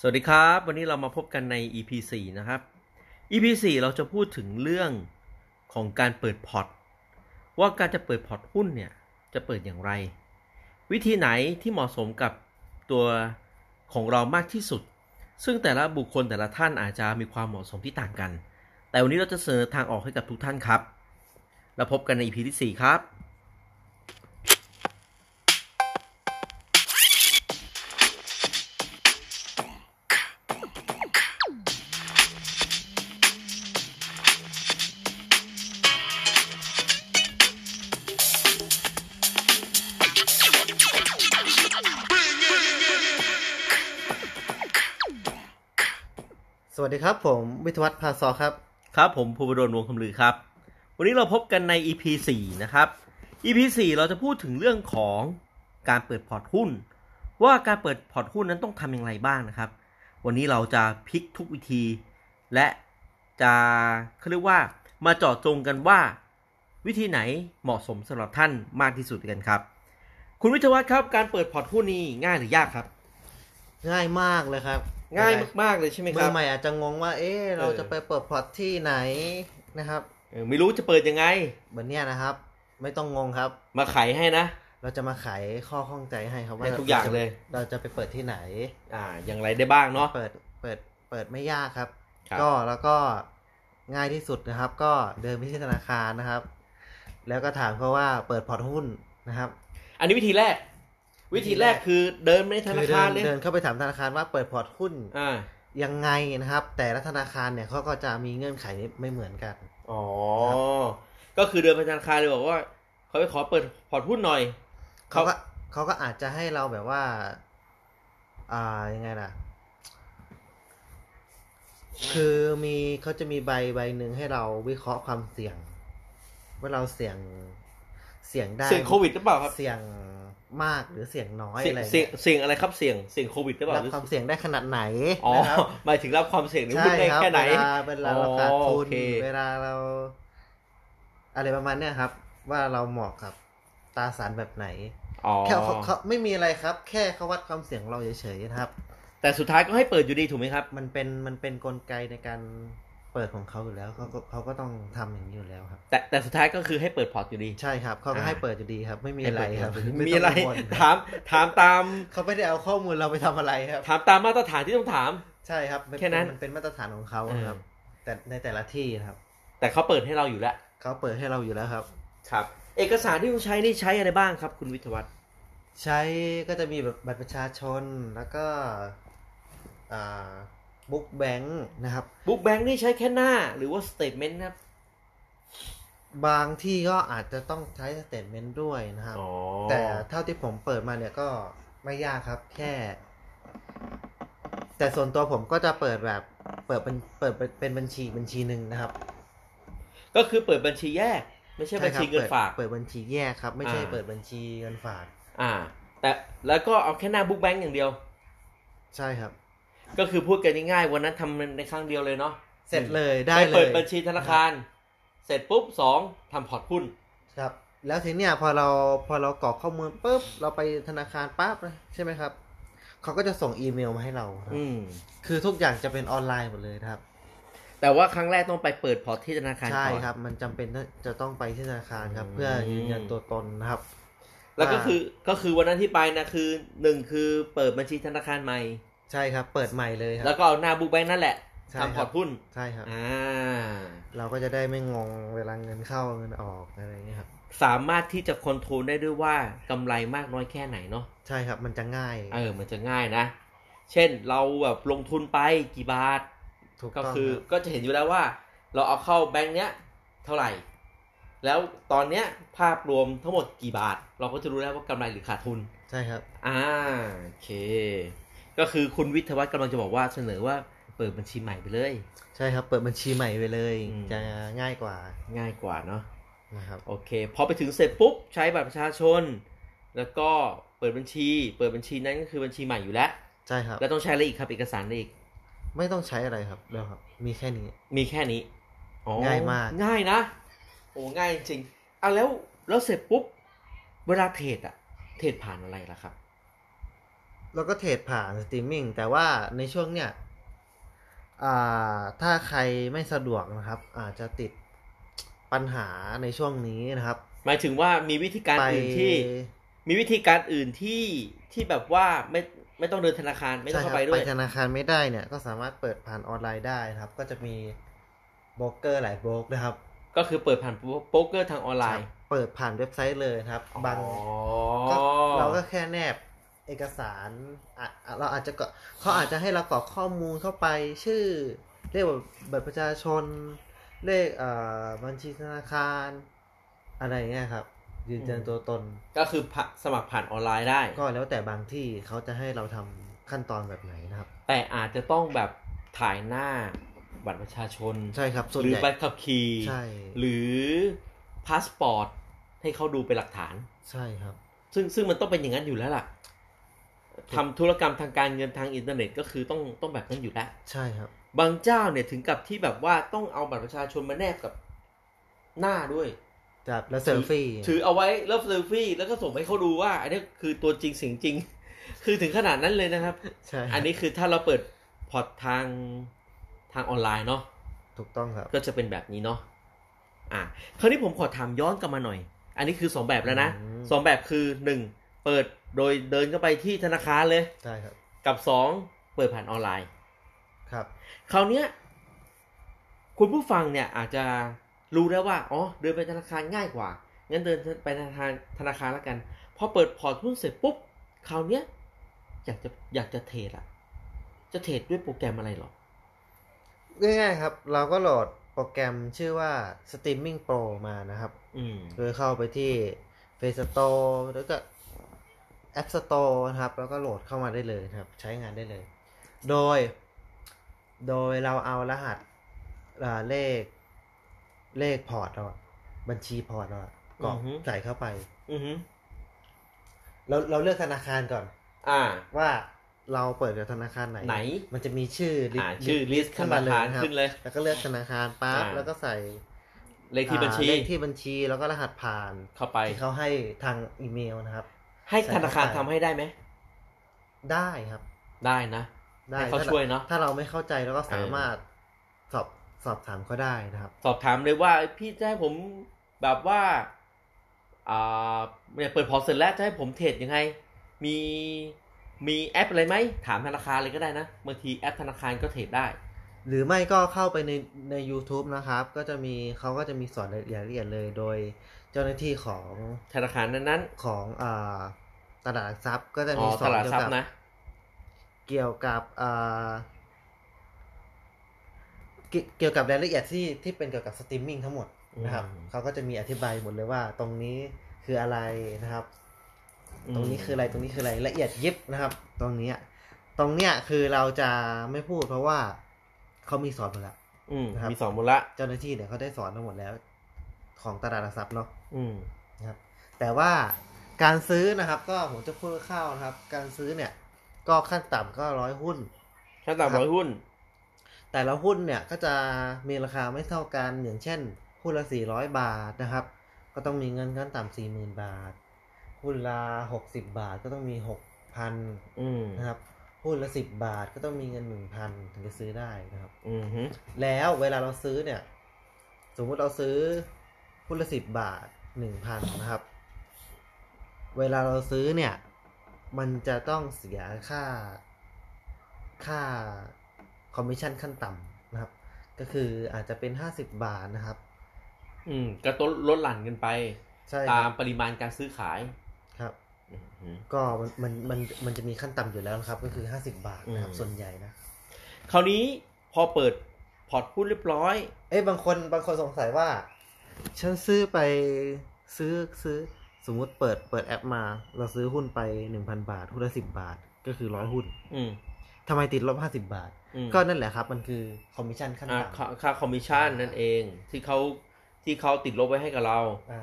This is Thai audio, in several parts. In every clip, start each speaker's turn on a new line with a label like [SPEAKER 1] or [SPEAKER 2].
[SPEAKER 1] สวัสดีครับ วันนี้เรามาพบกันใน EP 4นะครับ EP 4เราจะพูดถึงเรื่องของการเปิดพอร์ตว่าการจะเปิดพอร์ตหุ้นเนี่ยจะเปิดอย่างไร วิธีไหนที่เหมาะสมกับตัวของเรามากที่สุด ซึ่งแต่ละบุคคลแต่ละท่านอาจจะมีความเหมาะสมที่ต่างกัน แต่วันนี้เราจะเสนอทางออกให้กับทุกท่านครับ เราพบกันใน EP ที่ 4 ครับ
[SPEAKER 2] สวัสดีครับ ผมวิทยวัฒน์พาซอครับ
[SPEAKER 1] ครับผมภูวดลวงคำลือครับ วันนี้เราพบกันใน EP 4 นะครับ EP 4 เราจะพูดถึงเรื่องของการเปิดพอร์ตหุ้น ว่าการเปิดพอร์ตหุ้นนั้นต้องทำอย่างไรบ้างนะครับ วันนี้เราจะพลิกทุกวิธี และจะเขาเรียกว่ามาเจาะจงกันว่า วิธีไหนเหมาะสมสำหรับท่านมากที่สุดกันครับ คุณวิทยวัฒน์ครับการเปิดพอร์ตหุ้นนี่ง่ายหรือยากครับ
[SPEAKER 2] ง่ายมากเลยครับ
[SPEAKER 1] ง่ายมากๆเลยใช่ไหม
[SPEAKER 2] มื
[SPEAKER 1] ครั
[SPEAKER 2] อบ ใหม่อาจจะงงว่า เอ๊ะเรา
[SPEAKER 1] เออ
[SPEAKER 2] จะไปเปิดพอร์ตที่ไหนนะครับ
[SPEAKER 1] เออไม่รู้จะเปิดยังไง
[SPEAKER 2] วันเนี้ยนะครับ ไม่ต้องงงครับ
[SPEAKER 1] มาไขให้นะ
[SPEAKER 2] เราจะมาไขข้อข้องใจให้ครับว่า
[SPEAKER 1] ให้ทุกอย่างเลย
[SPEAKER 2] เราจะไปเปิดที่ไหน
[SPEAKER 1] อ่าอย่างไรได้บ้างเนาะ
[SPEAKER 2] เปิดเปิดเปิดไม่ยากครับ
[SPEAKER 1] ครับ
[SPEAKER 2] ก็แล้วก็ง่ายที่สุดนะครับ ก็เดินไปที่ธนาคารนะครับ แล้วก็ถามเขาว่าเปิดพอร์ตหุ้นนะครับ
[SPEAKER 1] อันนี้วิธีแรก วิธีแรกคือเดินไปในธนาคารเล
[SPEAKER 2] อยเดินเดินเข้าไปถามธนาคารว่าเปิดพอร์ตหุ้น
[SPEAKER 1] อ่า
[SPEAKER 2] ยังไงนะครับ แต่ละธนาคารเนี่ยเขาก็จะมีเงื่อนไขไม่เหมือนกัน
[SPEAKER 1] อ๋อ ก็คือเดินไปธนาคารเลยบอกว่าเขาไปขอเปิดพอร์ตหุ้นหน่อย
[SPEAKER 2] เขาก็
[SPEAKER 1] เขา
[SPEAKER 2] เขาก็อาจจะให้เราแบบว่า อ่ายังไงล่ะ คือมีเขาจะมีใบใบหนึ่งให้เราวิเคราะห์ความเสี่ยง ว่าเราเสี่ยงเสี่ยงได้
[SPEAKER 1] เสี่ยงโควิดหรือเปล่าครับ
[SPEAKER 2] เสี่ยงมากหรือเสี่ยงน้อย
[SPEAKER 1] เสี่ย
[SPEAKER 2] อะไร
[SPEAKER 1] งเสี่ยง
[SPEAKER 2] เงี้ย
[SPEAKER 1] เสี่ยงอะไรครับเสี่ยงเสี่ยงโควิดหรือเปล่า
[SPEAKER 2] รับความเสี่ยงได้ขนาดไหน
[SPEAKER 1] อ๋อ
[SPEAKER 2] นะครับ
[SPEAKER 1] หมายถึงรับความเสี่ยงหรือ
[SPEAKER 2] ใช่
[SPEAKER 1] หุ้นได้
[SPEAKER 2] ครับ
[SPEAKER 1] แค่ไหน
[SPEAKER 2] เวลาเวลาเราขาด
[SPEAKER 1] อ๋อ
[SPEAKER 2] ทุ
[SPEAKER 1] โอน เค
[SPEAKER 2] เวลาเรา อะไรประมาณเนี้ยครับ ว่าเราเหมาะกับตราสารแบบไหน
[SPEAKER 1] อ๋อ
[SPEAKER 2] แค่เขาเขาไม่มีอะไรครับ แค่เขาวัดความเสี่ยงเราเฉยๆนะครับ
[SPEAKER 1] แต่สุดท้ายก็ให้เปิดอยู่ดีถูกไหมครับ
[SPEAKER 2] มันเป็นมันเป็นกลไกในการเปิดของเขาอยู่แล้วเขาก็เขาก็ต้องทำอย่างนี้อยู่แล้วครับ
[SPEAKER 1] แต่แต่สุดท้ายก็คือให้เปิดพอร์ตอยู่ดี
[SPEAKER 2] ใช่ครับเขาก็
[SPEAKER 1] อ่า
[SPEAKER 2] ให้เปิดอยู่ดีครับ ไม่มีอะไรครับ
[SPEAKER 1] ให้เปิด
[SPEAKER 2] ต้ง
[SPEAKER 1] มีอะไร
[SPEAKER 2] กังวล
[SPEAKER 1] ถามถามตาม
[SPEAKER 2] เขาไม่ได้เอาข้อมูลเราไปทำอะไรครับ
[SPEAKER 1] ถามตามมาตรฐานที่ต้องถาม
[SPEAKER 2] ใช่ครับมัเป็
[SPEAKER 1] แค่นั้น
[SPEAKER 2] มันเป็นมาตรฐานของเขาครับ
[SPEAKER 1] เอ
[SPEAKER 2] แต่ในแต่ละที่ครับ
[SPEAKER 1] แต่เขาเปิดให้เราอยู่แล้ว
[SPEAKER 2] เขาเปิดให้เราอยู่แล้วครับ
[SPEAKER 1] ครับ เอกสารที่ต้องใช้นี่ใช้อะไรบ้างครับ คุณวิทยวัฒน์
[SPEAKER 2] ใช้ก็จะมีแบบบัตรประชาชนแล้วก็อ่าบุ๊กแบงค์นะครับ
[SPEAKER 1] บุ๊กแบงค์นี่ใช้แค่หน้าหรือว่าสเตทเมนต์ครับ
[SPEAKER 2] บางที่ก็อาจจะต้องใช้สเตทเมนต์ด้วยนะครับ แต่เท่าที่ผมเปิดมาเนี่ยก็ไม่ยากครับ แค่ แต่ส่วนตัวผมก็จะเปิดแบบเปิดเป็นเปิดเป็นเป็นบัญชีบัญชีหนึ่งนะครับ
[SPEAKER 1] ก็คือเปิดบัญชีแยก ไม่ใช่บัญชี
[SPEAKER 2] ครั
[SPEAKER 1] เงินฝาก
[SPEAKER 2] เปิดเปิดบัญชีแยกครับ ไม่ใช่
[SPEAKER 1] อ่า
[SPEAKER 2] เปิดบัญชีเงินฝาก
[SPEAKER 1] อ่า แต่แล้วก็เอาแค่หน้าบุ๊กแบงค์อย่างเดียว
[SPEAKER 2] ใช่ครับ
[SPEAKER 1] ก็คือพูดกันง่ายๆวันนั้นทำในครั้งเดียวเลยเนาะ
[SPEAKER 2] เสร็จเลยได้เลย
[SPEAKER 1] เปิดบัญชีธนาคาร เสร็จปุ๊บสองทำพอร์ตหุ้น
[SPEAKER 2] ครับ แล้วทีเนี้ยพอเราพอเรากรอกข้อมูลปุ๊บเราไปธนาคารปั๊บนะใช่ไหมครับเขาก็จะส่งอีเมลมาให้เราครับ
[SPEAKER 1] อืม
[SPEAKER 2] คือทุกอย่างจะเป็นออนไลน์หมดเลยนะครับ
[SPEAKER 1] แต่ว่าครั้งแรกต้องไปเปิดพอร์ตที่ธนาคารก่
[SPEAKER 2] ใช่
[SPEAKER 1] อน
[SPEAKER 2] ครับ มันจำเป็นที่จะต้องไปที่ธนาคารครับ
[SPEAKER 1] อืม
[SPEAKER 2] เพื่อยืนยันตัวตนนะครับ
[SPEAKER 1] แล้วก็คือก็คือวันนั้นที่ไปนะคือหนึ่งคือเปิดบัญชีธนาคารใหม่
[SPEAKER 2] ใช่ครับ เปิดใหม่เลยค
[SPEAKER 1] แล้
[SPEAKER 2] รั
[SPEAKER 1] ว
[SPEAKER 2] บ
[SPEAKER 1] ก็เอาหน้าบุ๊กแบงค์นั่นแหละ
[SPEAKER 2] ใช่ค
[SPEAKER 1] ทำพ
[SPEAKER 2] รับ
[SPEAKER 1] อร์ตหุ้น
[SPEAKER 2] ใช่ครับ
[SPEAKER 1] อ่า
[SPEAKER 2] เราก็จะได้ไม่งงเวลาเงินเข้าเงินออกอะไรเงี้ยครับ
[SPEAKER 1] สามารถที่จะคอนโทรลได้ด้วยว่ากำไรมากน้อยแค่ไหนเนาะ
[SPEAKER 2] ใช่ครับมันจะง่าย
[SPEAKER 1] เออ มันจะง่ายนะ เช่นเราแบบลงทุนไปกี่บาท
[SPEAKER 2] ถูก
[SPEAKER 1] ก็
[SPEAKER 2] ต้อง
[SPEAKER 1] คือ
[SPEAKER 2] รับ
[SPEAKER 1] ก็จะเห็นอยู่แล้วว่า เราเอาเข้าแบงค์เนี้ยเท่าไหร่ แล้วตอนเนี้ยภาพรวมทั้งหมดกี่บาท เราก็จะรู้แล้วว่ากำไรหรือขาดทุน
[SPEAKER 2] ใช่ครับ
[SPEAKER 1] อ่าโอเค ก็คือคุณวิทยวัฒน์กำลังจะบอกว่าเสนอว่าเปิดบัญชีใหม่ไปเลย
[SPEAKER 2] ใช่ครับ เปิดบัญชีใหม่ไปเลย
[SPEAKER 1] อืม
[SPEAKER 2] จะง่ายกว่า
[SPEAKER 1] ง่ายกว่าเนาะ
[SPEAKER 2] นะครับ
[SPEAKER 1] โอเค พอไปถึงเสร็จปุ๊บใช้บัตรประชาชน แล้วก็เปิดบัญชี เปิดบัญชีนั้นก็คือบัญชีใหม่อยู่แล้ว
[SPEAKER 2] ใช่ครับ
[SPEAKER 1] แล้วต้องใช้อะไรอีกครับเอกสารอะไรอีก
[SPEAKER 2] ไม่ต้องใช้อะไรครับแล้วครับ มีแค่นี้
[SPEAKER 1] มีแค่นี้อ๋อ
[SPEAKER 2] ง่ายมาก
[SPEAKER 1] ง่ายนะ โอ้ง่ายจริงๆอ่ะแล้วแล้วเสร็จปุ๊บ เวลาเทรดอะเทรดผ่านอะไรล่ะครับ
[SPEAKER 2] แล้วก็เทรดผ่านสตรีมมิ่งแต่ว่าในช่วงเนี้ยอ่าถ้าใครไม่สะดวกนะครับ อาจจะติดปัญหาในช่วงนี้นะครับ
[SPEAKER 1] หมายถึงว่ามีวิธีการ
[SPEAKER 2] ไป
[SPEAKER 1] อื่นที่ มีวิธีการอื่นที่ที่แบบว่าไม่ไม่ต้องเดินธนาคารไม่ต้อง
[SPEAKER 2] ใช่ครั
[SPEAKER 1] เข้า
[SPEAKER 2] บ
[SPEAKER 1] ไปด้วย
[SPEAKER 2] ธนาคารไม่ได้เนี่ย ก็สามารถเปิดผ่านออนไลน์ได้นะครับ ก็จะมีโบรกเกอร์หลายโบรกนะครับ
[SPEAKER 1] ก็คือเปิดผ่านโป๊กเกอร์ทางออนไลน์
[SPEAKER 2] เปิดผ่านเว็บไซต์เลยนะครับบาง
[SPEAKER 1] อ๋อ
[SPEAKER 2] ก็เราก็แค่แนบเอกสารอ่ะอ่ะเราอาจจะกรอกเขาอาจจะให้เรากรอกข้อมูลเข้าไปชื่อเลขบัตรประชาชน เลขเอ่อบัญชีธนาคาร อะไรอย่างเงี้ยครับ ยืนยัน
[SPEAKER 1] อืม
[SPEAKER 2] ตัวตน
[SPEAKER 1] ก็คือผ่าสมัครผ่านออนไลน์ได้
[SPEAKER 2] ก็แล้วแต่บางที่เขาจะให้เราทำขั้นตอนแบบไหนนะครับ
[SPEAKER 1] แต่อาจจะต้องแบบถ่ายหน้าบัตรประชาชน
[SPEAKER 2] ใช่ครับส่วน
[SPEAKER 1] หรือ
[SPEAKER 2] ใหญ่
[SPEAKER 1] ใบขับขี่
[SPEAKER 2] ใช่
[SPEAKER 1] หรือพาสปอร์ตให้เขาดูเป็นหลักฐาน
[SPEAKER 2] ใช่ครับ
[SPEAKER 1] ซึ่งซึ่งมันต้องเป็นอย่างนั้นอยู่แล้วล่ะทำธุรกรรมทางการเงินทางอินเทอร์เน็ตก็คือต้องต้องแบบนั้นอยู่แล้ว
[SPEAKER 2] ใช่ครับ
[SPEAKER 1] บางเจ้าเนี่ยถึงกับที่แบบว่าต้องเอาบัตรประชาชนมาแนบกับหน้าด้วย
[SPEAKER 2] จับแล้วเซลฟี่
[SPEAKER 1] ถือเอาไว้แล้วเซลฟี่แล้วก็ส่งให้เขาดูว่า อันนี้คือตัวจริงเสียงจริง คือถึงขนาดนั้นเลยนะครับ
[SPEAKER 2] ใช่
[SPEAKER 1] อันนี้คือถ้าเราเปิดพอร์ตทางทางออนไลน์เนาะ
[SPEAKER 2] ถูกต้องครับ
[SPEAKER 1] ก็จะเป็นแบบนี้เนาะ อ่ะ คราวนี้ผมขอถามย้อนกลับมาหน่อย อันนี้คือสองแบบแล้วนะ
[SPEAKER 2] อืม
[SPEAKER 1] สองแบบคือหนึ่งเปิดโดยเดินเข้าไปที่ธนาคารเลย
[SPEAKER 2] ใช่ครับ
[SPEAKER 1] กับสองเปิดผ่านออนไลน์
[SPEAKER 2] ครับ
[SPEAKER 1] คราวเนี้ยคุณผู้ฟังเนี่ยอาจจะรู้แล้วว่า อ๋อ เดินไปธนาคารง่ายกว่า งั้นเดินไปธนาคารธนาคารแล้วกัน พอเปิดพอร์ตหุ้นเสร็จปุ๊บ คราวเนี้ยอยากจะอยากจะเทรดอะจะเทรดด้วยโปรแกรมอะไรหรอ
[SPEAKER 2] ง่ายๆครับ เราก็โหลดโปรแกรมชื่อว่า Streaming Pro มานะครับ
[SPEAKER 1] อืม
[SPEAKER 2] โดยเข้าไปที่ Play Store แล้วก็ App Store นะครับ แล้วก็โหลดเข้ามาได้เลยนะครับ ใช้งานได้เลย โดย โดยเราเอารหัสอ่าเลข เลขพอร์ตเราอะบัญชีพอร์ตเราอะกรอก
[SPEAKER 1] อือฮึ
[SPEAKER 2] ใส่เข้าไป
[SPEAKER 1] อือฮึ
[SPEAKER 2] เราเราเลือกธนาคารก่อน
[SPEAKER 1] อ่า
[SPEAKER 2] ว่าเราเปิดกับธนาคารไหน
[SPEAKER 1] ไหน
[SPEAKER 2] มันจะมีชื่อ list-
[SPEAKER 1] อ่าชื่อลิสต์ธนาคาร
[SPEAKER 2] นะคบ
[SPEAKER 1] ขึ้นเลย
[SPEAKER 2] แล้วก็เลือกธนาคารปั๊บ
[SPEAKER 1] อ่า
[SPEAKER 2] แล้วก็ใส่
[SPEAKER 1] เลขที่บัญชี
[SPEAKER 2] อ่าเลขที่บัญชีแล้วก็รหัสผ่าน
[SPEAKER 1] เข้าไป
[SPEAKER 2] ที่เขาให้ทางอีเมลนะครับ
[SPEAKER 1] ให้ธนาคาร
[SPEAKER 2] ใส่
[SPEAKER 1] ทำ
[SPEAKER 2] เข้าไป
[SPEAKER 1] ให้ได้ไหม
[SPEAKER 2] ได้ครับ
[SPEAKER 1] ได้นะ
[SPEAKER 2] ได้
[SPEAKER 1] ให้เขา
[SPEAKER 2] ถ้
[SPEAKER 1] ช่วยเนอะ
[SPEAKER 2] ถ้าเราไม่เข้าใจเราก็สา
[SPEAKER 1] เออ
[SPEAKER 2] มารถสอบสอบถามเขาได้นะครับ
[SPEAKER 1] สอบถามเลยว่าพี่จะให้ผมแบบว่าอ่าเนี่ยเปิดพอร์ตเสร็จแล้วจะให้ผมเทรดยังไง มีมีแอปอะไรไหมถามธนาคารเลยก็ได้นะบางทีแอปธนาคารก็เทรดได้
[SPEAKER 2] หรือไม่ก็เข้าไปในใน u t u b e นะครับ ก็จะมีเขาก็จะมีสอนอย่างละเอียดเลยโดยเจ้าหน้าที่ของ
[SPEAKER 1] ธนาคารนั้น
[SPEAKER 2] ของอ่าตลาดหลักทรัพย์ก็จะ
[SPEAKER 1] ๆอ๋อ
[SPEAKER 2] มีสอ
[SPEAKER 1] ต
[SPEAKER 2] น
[SPEAKER 1] ลาด
[SPEAKER 2] เกี่ย
[SPEAKER 1] ทรั
[SPEAKER 2] ว
[SPEAKER 1] พ
[SPEAKER 2] กับ
[SPEAKER 1] ย์นะ
[SPEAKER 2] เกี่ยวกับอ่าเกี่ยวเกี่ยวกับรายละเอียดที่ที่เป็นเกี่ยวกับสตรีมมิ่งทั้งหมดนะครับ
[SPEAKER 1] อืม
[SPEAKER 2] เขาก็จะมีอธิบายหมดเลยว่าตรงนี้คืออะไรนะครับ ตรงนี้คืออะไรตรงนี้คืออะไรละเอียดยิบนะครับ ตรงเนี้ยตรงเนี้ยคือเราจะไม่พูดเพราะว่าเขามีสอนหมดแล้ว
[SPEAKER 1] อืม
[SPEAKER 2] นะครับ
[SPEAKER 1] มีสองมูลละ
[SPEAKER 2] เจ้าหน้าที่เนี่ยเขาได้สอนมาหมดแล้ว ของตลาดหลักทรัพย์เนาะ
[SPEAKER 1] อืม
[SPEAKER 2] นะครับ แต่ว่าการซื้อนะครับ ก็ผมจะพูดคร่าวๆนะครับ การซื้อเนี่ย ก็ขั้นต่ำก็ร้อยหุ้น
[SPEAKER 1] ถ้าต่ำร้อยหุ้น
[SPEAKER 2] แต่ละหุ้นเนี่ยก็จะมีราคาไม่เท่ากันอย่างเช่นหุ้นละ 400 บาทนะครับ ก็ต้องมีเงินขั้นต่ำ40,000 บาท หุ้นละ60 บาทก็ต้องมี 6,000
[SPEAKER 1] อืม
[SPEAKER 2] นะครับหุ้นละสิบบาทก็ต้องมีเงินหนึ่งพันถึงจะซื้อได้นะครับ
[SPEAKER 1] อืมฮึ
[SPEAKER 2] แล้วเวลาเราซื้อเนี่ย สมมุติเราซื้อหุ้นละสิบบาทหนึ่งพันนะครับ เวลาเราซื้อเนี่ย มันจะต้องเสียค่าค่าคอมมิชชั่นขั้นต่ำนะครับ ก็คืออาจจะเป็นห้าสิบบาทนะครับ
[SPEAKER 1] อืมก็ต้นลดหลั่นกันไป
[SPEAKER 2] ใช่
[SPEAKER 1] ตามปริมาณการซื้อขาย
[SPEAKER 2] ครับ
[SPEAKER 1] อืมฮึ
[SPEAKER 2] ก็มันมันมันมันจะมีขั้นต่ำอยู่แล้วนะครับ ก็คือห้าสิบบาทนะครับ
[SPEAKER 1] อืม
[SPEAKER 2] ส่วนใหญ่นะ
[SPEAKER 1] คราวนี้พอเปิดพอร์ตหุ้นเรียบร้อย
[SPEAKER 2] เอ้ยบางคนบางคนสงสัยว่า ฉันซื้อไปซื้อซื้อสมมุติเปิดเปิดแอปมา เราซื้อหุ้นไปหนึ่งพันบาท หุ้นละสิบบาท ก็คือร้อยหุ้น
[SPEAKER 1] อืม
[SPEAKER 2] ทำไมติดลบห้าสิบาท
[SPEAKER 1] อืม
[SPEAKER 2] ก็นั่นแหละครับ มันคือคอมมิชชั่นขั้น
[SPEAKER 1] อ่าค่า
[SPEAKER 2] ต่ำ
[SPEAKER 1] ค่าคอมมิชชั่นนั่นเองที่เขาที่เขาติดลบไว้ให้กับเรา
[SPEAKER 2] อ่า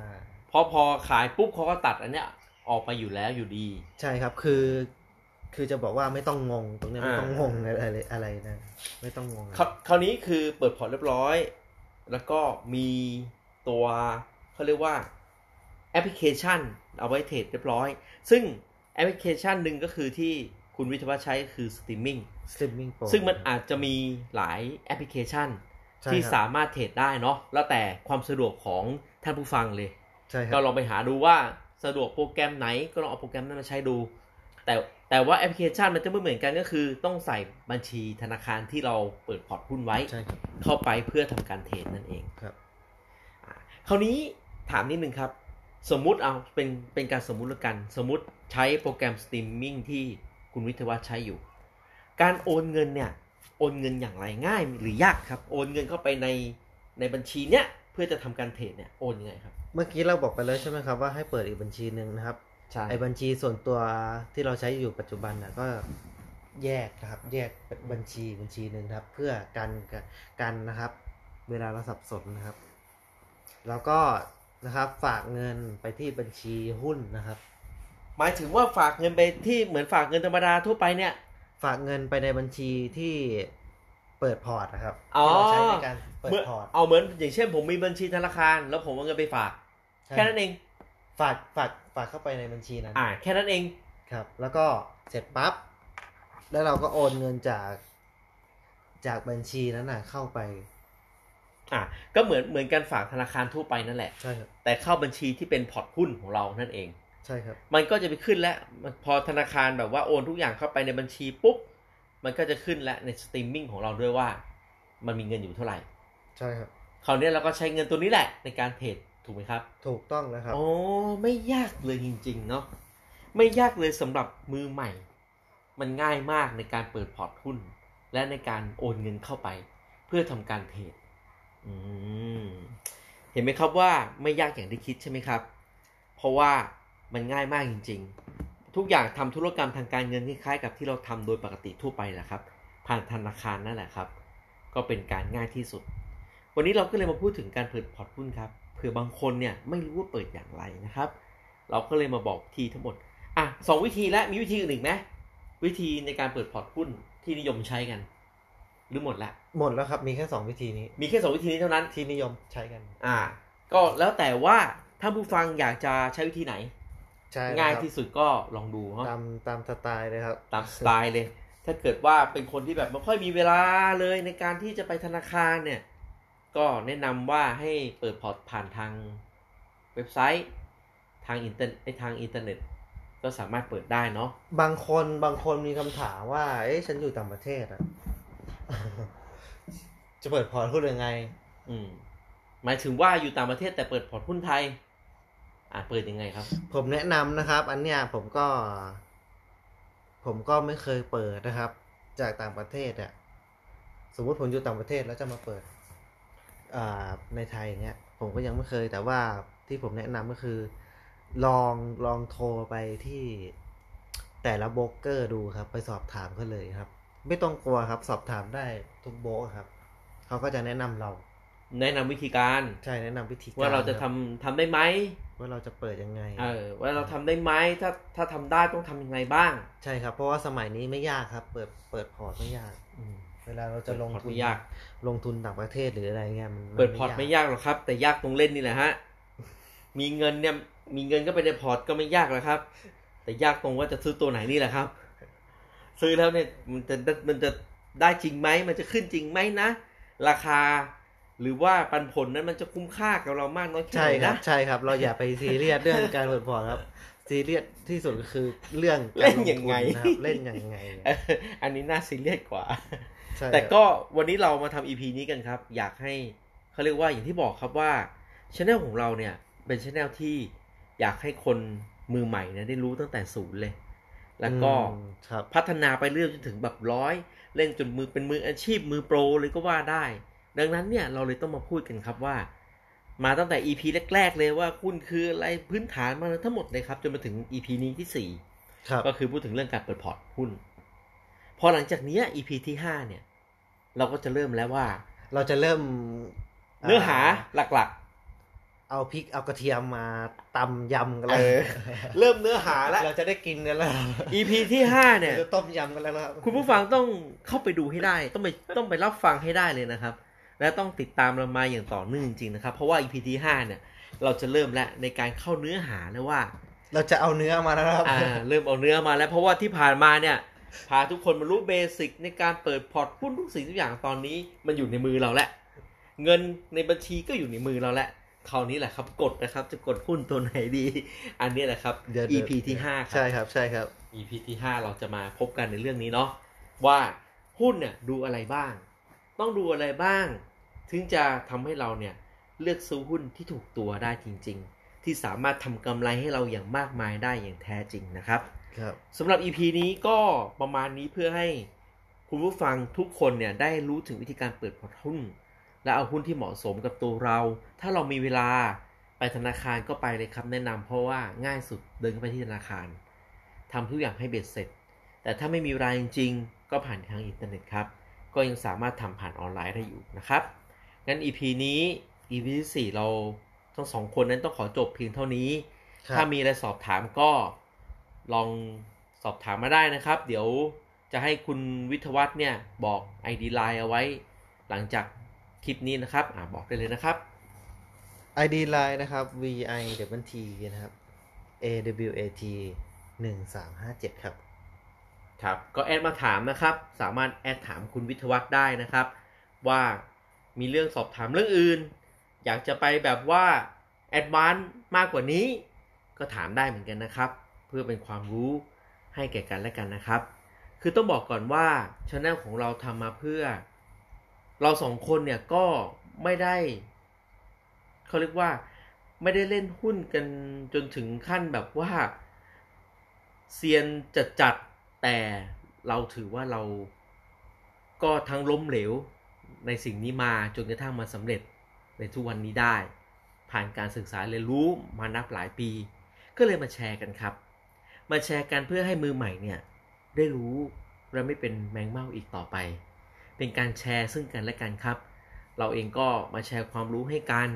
[SPEAKER 1] เพอพอขายปุ๊บเขาก็ตัดอันเนี้ยออกไปอยู่แล้วอยู่ดี
[SPEAKER 2] ใช่ครับคือ คือจะบอกว่าไม่ต้องงงตรงเนี้ย
[SPEAKER 1] อ่า
[SPEAKER 2] ไม่ต้องงงอะไรอะไรนะ ไม่ต้องงง
[SPEAKER 1] คราวคราวนี้คือเปิดพอร์ตเรียบร้อย แล้วก็มีตัวเขาเรียกว่าแอปพลิเคชัน เอาไว้เทรดเรียบร้อย ซึ่งแอปพลิเคชันหนึ่งก็คือที่ คุณวิทยาวัฒน์ใช้คือสตรีมมิ่ง
[SPEAKER 2] สตรีมมิ่งโปร
[SPEAKER 1] ซึ่งมันอาจจะมีหลายแอปพลิเคชัน
[SPEAKER 2] ใช่
[SPEAKER 1] ที่
[SPEAKER 2] ครับ
[SPEAKER 1] สามารถเทรดได้เนาะแล้วแต่ความสะดวกของท่านผู้ฟังเลย
[SPEAKER 2] ใช่ค
[SPEAKER 1] ก็
[SPEAKER 2] รับ
[SPEAKER 1] ลองไปหาดูว่าสะดวกโปรแกรมไหนก็ลองเอาโปรแกรมนั้นมาใช้ดู แต่แต่ว่าแอปพลิเคชันมันจะไม่เหมือนกันก็คือต้องใส่บัญชีธนาคารที่เราเปิดพอร์ตหุ้นไว้
[SPEAKER 2] ใช่ครับ
[SPEAKER 1] เข้าไปเพื่อทำการเทรดนั่นเอง
[SPEAKER 2] ครับ
[SPEAKER 1] คราวนี้ถามนิดนึงครับ สมมุติเอาเป็นเป็นการสมมุติแล้วกัน สมมุติใช้โปรแกรมสตรีมมิ่งที่คุณวิทยาวัฒน์ใช้อยู่ การโอนเงินเนี่ย โอนเงินอย่างไรง่ายหรือยากครับ โอนเงินเข้าไปในในบัญชีเนี้ยเพื่อจะทำการเทรดเนี่ยโอนยังไงครับ
[SPEAKER 2] เมื่อกี้เราบอกไปแล้วใช่ไหมครับว่าให้เปิดอีกบัญชีหนึ่งนะครับ
[SPEAKER 1] ใช่
[SPEAKER 2] ไอ้บัญชีส่วนตัวที่เราใช้อยู่ปัจจุบันนะก็แยกนะครับ แยกเป็นบัญชีบัญชีหนึ่งนะครับ เพื่อกันกันนะครับ เวลาเราสับสนนะครับ แล้วก็นะครับฝากเงินไปที่บัญชีหุ้นนะครับ
[SPEAKER 1] หมายถึงว่าฝากเงินไปที่เหมือนฝากเงินธรรมดาทั่วไปเนี่ย
[SPEAKER 2] ฝากเงินไปในบัญชีที่เปิดพอร์ตนะครับ
[SPEAKER 1] อ๋อ
[SPEAKER 2] ที่เราใช้ในการเปิด
[SPEAKER 1] มื่อ
[SPEAKER 2] พอร์ต
[SPEAKER 1] เอาเหมือนอย่างเช่น ผมมีบัญชีธนาคาร แล้วผมเอาเงินไปฝาก
[SPEAKER 2] ใช่
[SPEAKER 1] แค่นั้นเอง
[SPEAKER 2] ฝากฝากฝากเข้าไปในบัญชีนั้น
[SPEAKER 1] อ่า แค่นั้นเอง
[SPEAKER 2] ครับ แล้วก็เสร็จปั๊บ แล้วเราก็โอนเงินจากจากบัญชีนั้นนะเข้าไป
[SPEAKER 1] อ่าก็เหมือนเหมือนการฝากธนาคารทั่วไปนั่นแหละ
[SPEAKER 2] ใช่ครับ
[SPEAKER 1] แต่เข้าบัญชีที่เป็นพอร์ตหุ้นของเรานั่นเอง
[SPEAKER 2] ใช่ครับ
[SPEAKER 1] มันก็จะไปขึ้นแล้วมันพอธนาคารแบบว่าโอนทุกอย่างเข้าไปในบัญชีปุ๊บ มันก็จะขึ้นแล้วในสตรีมมิ่งของเราด้วยว่า มันมีเงินอยู่เท่าไหร่
[SPEAKER 2] ใช่ครับ
[SPEAKER 1] คราวนี้เราก็ใช้เงินตัวนี้แหละในการเทรดถูกไหมครับ
[SPEAKER 2] ถูกต้องนะครับ
[SPEAKER 1] โอ้ไม่ยากเลยจริงๆเนาะไม่ยากเลยสำหรับมือใหม่ มันง่ายมากในการเปิดพอร์ตหุ้น และในการโอนเงินเข้าไป เพื่อทำการเทรดอืมเห็นไหมครับว่าไม่ยากอย่างที่คิดใช่ไหมครับ เพราะว่ามันง่ายมากจริง ๆ ทุกอย่างทำธุรกรรมทางการเงินคล้ายๆกับที่เราทำโดยปกติทั่วไปแหละครับ ผ่านธนาคารนั่นแหละครับ ก็เป็นการง่ายที่สุด วันนี้เราก็เลยมาพูดถึงการเปิดพอร์ตหุ้นครับเผื่อบางคนเนี่ยไม่รู้ว่าเปิดอย่างไรนะครับ เราก็เลยมาบอกวิธีทั้งหมดอ่ะสองวิธีและมีวิธีอื่นอีกไหมวิธีในการเปิดพอร์ตหุ้นที่นิยมใช้กัน หรือหมดละ
[SPEAKER 2] หมดแล้วครับ มีแค่สองวิธีนี้
[SPEAKER 1] มีแค่สองวิธีนี้เท่านั้น
[SPEAKER 2] ที่นิยมใช้กัน
[SPEAKER 1] อ่า ก็แล้วแต่ว่าถ้าผู้ฟังอยากจะใช้วิธีไหน
[SPEAKER 2] ใช่
[SPEAKER 1] ง่าย
[SPEAKER 2] ครับ
[SPEAKER 1] ที่สุดก็ลองดูเนาะ
[SPEAKER 2] ตามตามสไตล์เลยครับ
[SPEAKER 1] ตามสไตล์เลย ถ้าเกิดว่าเป็นคนที่แบบไม่ค่อยมีเวลาเลยในการที่จะไปธนาคารเนี่ย ก็แนะนำว่าให้เปิดพอร์ตผ่านทางเว็บไซต์ ทางอินเทอร์ไอยทางอินเทอร์เน็ต ก็สามารถเปิดได้เนาะ
[SPEAKER 2] บางคนบางคนมีคำถามว่า เอ๊ะฉันอยู่ต่างประเทศอะ จะเปิดพอร์ตหุ้นยังไง
[SPEAKER 1] อืม หมายถึงว่าอยู่ต่างประเทศแต่เปิดพอร์ตหุ้นไทย อ่าเปิดยังไงครับ
[SPEAKER 2] ผมแนะนำนะครับ อันเนี้ยผมก็ ผมก็ไม่เคยเปิดนะครับ จากต่างประเทศอะสมมติผมอยู่ต่างประเทศแล้วจะมาเปิด อ่าในไทยอย่างเงี้ย ผมก็ยังไม่เคย แต่ว่าที่ผมแนะนำก็คือ ลองลองโทรไปที่แต่ละโบรกเกอร์ดูครับ ไปสอบถามเขาเลยครับ ไม่ต้องกลัวครับ สอบถามได้ทุกโบรกครับเขาก็จะแนะนำเรา
[SPEAKER 1] แนะนำวิธีการ
[SPEAKER 2] ใช่แนะนำวิธีก
[SPEAKER 1] ว่าเราจะ
[SPEAKER 2] ค
[SPEAKER 1] ทำ
[SPEAKER 2] บ
[SPEAKER 1] ทำได้ไหม
[SPEAKER 2] ว่าเราจะเปิดยังไง
[SPEAKER 1] เออว่าเราทำได้ไหมถ้าถ้าทำได้ต้องทำยังไงบ้าง
[SPEAKER 2] ใช่ครับ เพราะว่าสมัยนี้ไม่ยากครับ เปิดเปิดพอร์ตไม่ยาก เวลาเราจะลง
[SPEAKER 1] เปิดพอร์ต
[SPEAKER 2] ทุน
[SPEAKER 1] ไม่ยาก
[SPEAKER 2] ลงทุนต่างประเทศหรืออะไรเงี้ยมันน
[SPEAKER 1] เปิดพอร์ตไม่ยากหรอกครับ แต่ยากตรงเล่นนี่แหละฮะ มีเงินเนี่ยมีเงินก็ไปในพอร์ตก็ไม่ยากแล้วครับ แต่ยากตรงว่าจะซื้อตัวไหนนี่แหละครับ ซื้อแล้วเนี่ยมันจะมันจะได้จริงไหมมันจะขึ้นจริงไหมนะราคา หรือว่าปันผลนั้นมันจะคุ้มค่ากับเรามากน้อยแค่
[SPEAKER 2] ใช่
[SPEAKER 1] ไหน
[SPEAKER 2] ครับ
[SPEAKER 1] นะ
[SPEAKER 2] ใช่ครับ เราอย่าไปซีเรียสเรื่องการเปิดพอร์ตครับ ซีเรียสที่สุดก็คือเรื่องการ
[SPEAKER 1] เล่นยังไง
[SPEAKER 2] ลทุนนะครับเล่นยังไง
[SPEAKER 1] เอออันนี้น่าซีเรียสกว่า
[SPEAKER 2] ใช่ครับ
[SPEAKER 1] แต่ก็วันนี้เรามาทำ EP นี้กันครับ อยากให้เขาเรียกว่าอย่างที่บอกครับว่าช anel ของเราเนี่ยเป็นช anel ที่อยากให้คนมือใหม่เนี่ยได้รู้ตั้งแต่ศูนย์เลย แล้วก็
[SPEAKER 2] อืมครับ
[SPEAKER 1] พัฒนาไปเรื่อยจนถึงแบบร้อย เล่นจนมือเป็นมืออาชีพมือโปรเลยก็ว่าได้ ดังนั้นเนี่ยเราเลยต้องมาพูดกันครับว่า มาตั้งแต่ EP แรก ๆ เลยว่าคุณคืออะไรพื้นฐานมาทั้งหมดเลยครับจนมาถึง EP นี้ที่สี่
[SPEAKER 2] ครับ
[SPEAKER 1] ก็คือพูดถึงเรื่องการเปิดพอร์ตหุ้น พอหลังจากเนี้ย EP ที่ห้าเนี่ย เราก็จะเริ่มแล้วว่า
[SPEAKER 2] เราจะเริ่ม
[SPEAKER 1] เนื้อหาหลัก
[SPEAKER 2] เอาพริกเอากระเทียมมาตำยำกัน
[SPEAKER 1] ๆ
[SPEAKER 2] แล้ว
[SPEAKER 1] เริ่มเนื้อหาแล้ว
[SPEAKER 2] เราจะได้กินกันแล้ว
[SPEAKER 1] EP ที่ห้าเนี่ย
[SPEAKER 2] จะต้มยำกันแล้วรับ
[SPEAKER 1] คุณผู้ฟังต้องเข้าไปดูให้ได้ ต้องไปต้องไปรับฟังให้ได้เลยนะครับ และต้องติดตามเรามาอย่างต่อเนื่องจริงๆนะครับ เพราะว่า EP ที่ห้าเนี่ย เราจะเริ่มแล้วในการเข้าเนื้อหาแล้วว่า
[SPEAKER 2] เราจะเอาเนื้อมาแล้วครับ
[SPEAKER 1] อ่าเริ่มเอาเนื้อมาแล้วเพราะว่าที่ผ่านมาเนี่ย พาทุกคนมารู้เบสิกในการเปิดพอร์ตหุ้นทุกสิ่งทุกอย่างตอนนี้มันอยู่ในมือเราแล้วเงินในบัญชีก็อยู่ในมือเราแล้วคราวนี้แหละครับกดนะครับ จะกดหุ้นตัวไหนดี อันนี้แหละครับ
[SPEAKER 2] เดี๋ยว
[SPEAKER 1] EP ที่ห้าครั
[SPEAKER 2] ใช่
[SPEAKER 1] บ
[SPEAKER 2] ครับใช่ครับ
[SPEAKER 1] EP ที่ห้าเราจะมาพบกันในเรื่องนี้เนาะว่าหุ้นเนี่ยดูอะไรบ้าง ต้องดูอะไรบ้าง ถึงจะทำให้เราเนี่ยเลือกซื้อหุ้นที่ถูกตัวได้จริง ๆ ที่สามารถทำกำไรให้เราอย่างมากมายได้อย่างแท้จริงนะครับ
[SPEAKER 2] ครับ
[SPEAKER 1] สำหรับ EP นี้ก็ประมาณนี้เพื่อให้คุณผู้ฟังทุกคนเนี่ยได้รู้ถึงวิธีการเปิดพอร์ตหุ้น และเอาหุ้นที่เหมาะสมกับตัวเรา ถ้าเรามีเวลาไปธนาคารก็ไปเลยครับแนะนำเพราะว่าง่ายสุดเดินเข้าไปที่ธนาคารทำทุกอย่างให้เบ็ดเสร็จ แต่ถ้าไม่มีเวลาจริงๆ ก็ผ่านทางอินเทอร์เน็ตครับ ก็ยังสามารถทำผ่านออนไลน์ได้อยู่นะครับ งั้น EP นี้ EP ที่สี่เราทั้งสองคนนั้นต้องขอจบเพียงเท่านี้
[SPEAKER 2] ครับ
[SPEAKER 1] ถ้ามีอะไรสอบถามก็ลองสอบถามมาได้นะครับ เดี๋ยวจะให้คุณวิทยวัฒน์เนี่ยบอก ID Line เอาไว้ หลังจากคลิปนี้นะครับ อ่าบอกได้เลยนะครับ
[SPEAKER 2] ID Line นะครับ V I W T นะครับ A W A T หนึ่งสามห้าเจ็ดครับ
[SPEAKER 1] ครับ ก็แอดมาถามนะครับ สามารถแอดถามคุณวิทยวัฒน์ได้นะครับ ว่ามีเรื่องสอบถามเรื่องอื่น อยากจะไปแบบว่าแอดวานซ์มากกว่านี้ ก็ถามได้เหมือนกันนะครับ เพื่อเป็นความรู้ให้แก่กันและกันนะครับ คือต้องบอกก่อนว่าช anel ของเราทำมาเพื่อ เราสองคนเนี่ยก็ไม่ได้เขาเรียกว่าไม่ได้เล่นหุ้นกันจนถึงขั้นแบบว่าเซียนจัดจัดๆแต่เราถือว่าเราก็ทั้งล้มเหลวในสิ่งนี้มาจนกระทั่งมาสำเร็จในทุกวันนี้ได้ ผ่านการศึกษาเรียนรู้มานับหลายปี ก็เลยมาแชร์กันครับ มาแชร์กันเพื่อให้มือใหม่เนี่ย ได้รู้และไม่เป็นแมงเม่าอีกต่อไป เป็นการแชร์ซึ่งกันและกันครับ เราเองก็มาแชร์ความรู้ให้กัน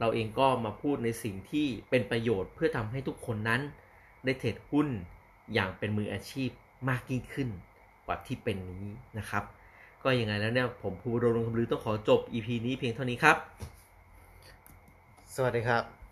[SPEAKER 1] เราเองก็มาพูดในสิ่งที่เป็นประโยชน์เพื่อทำให้ทุกคนนั้น ได้เทรดหุ้นอย่างเป็นมืออาชีพมากยิ่งขึ้น กว่าที่เป็นนี้นะครับ ก็ยังไงแล้วเนี่ยผมภูวดลวงคำลือต้องขอจบ EP นี้เพียงเท่านี้ครับ
[SPEAKER 2] สวัสดีครับ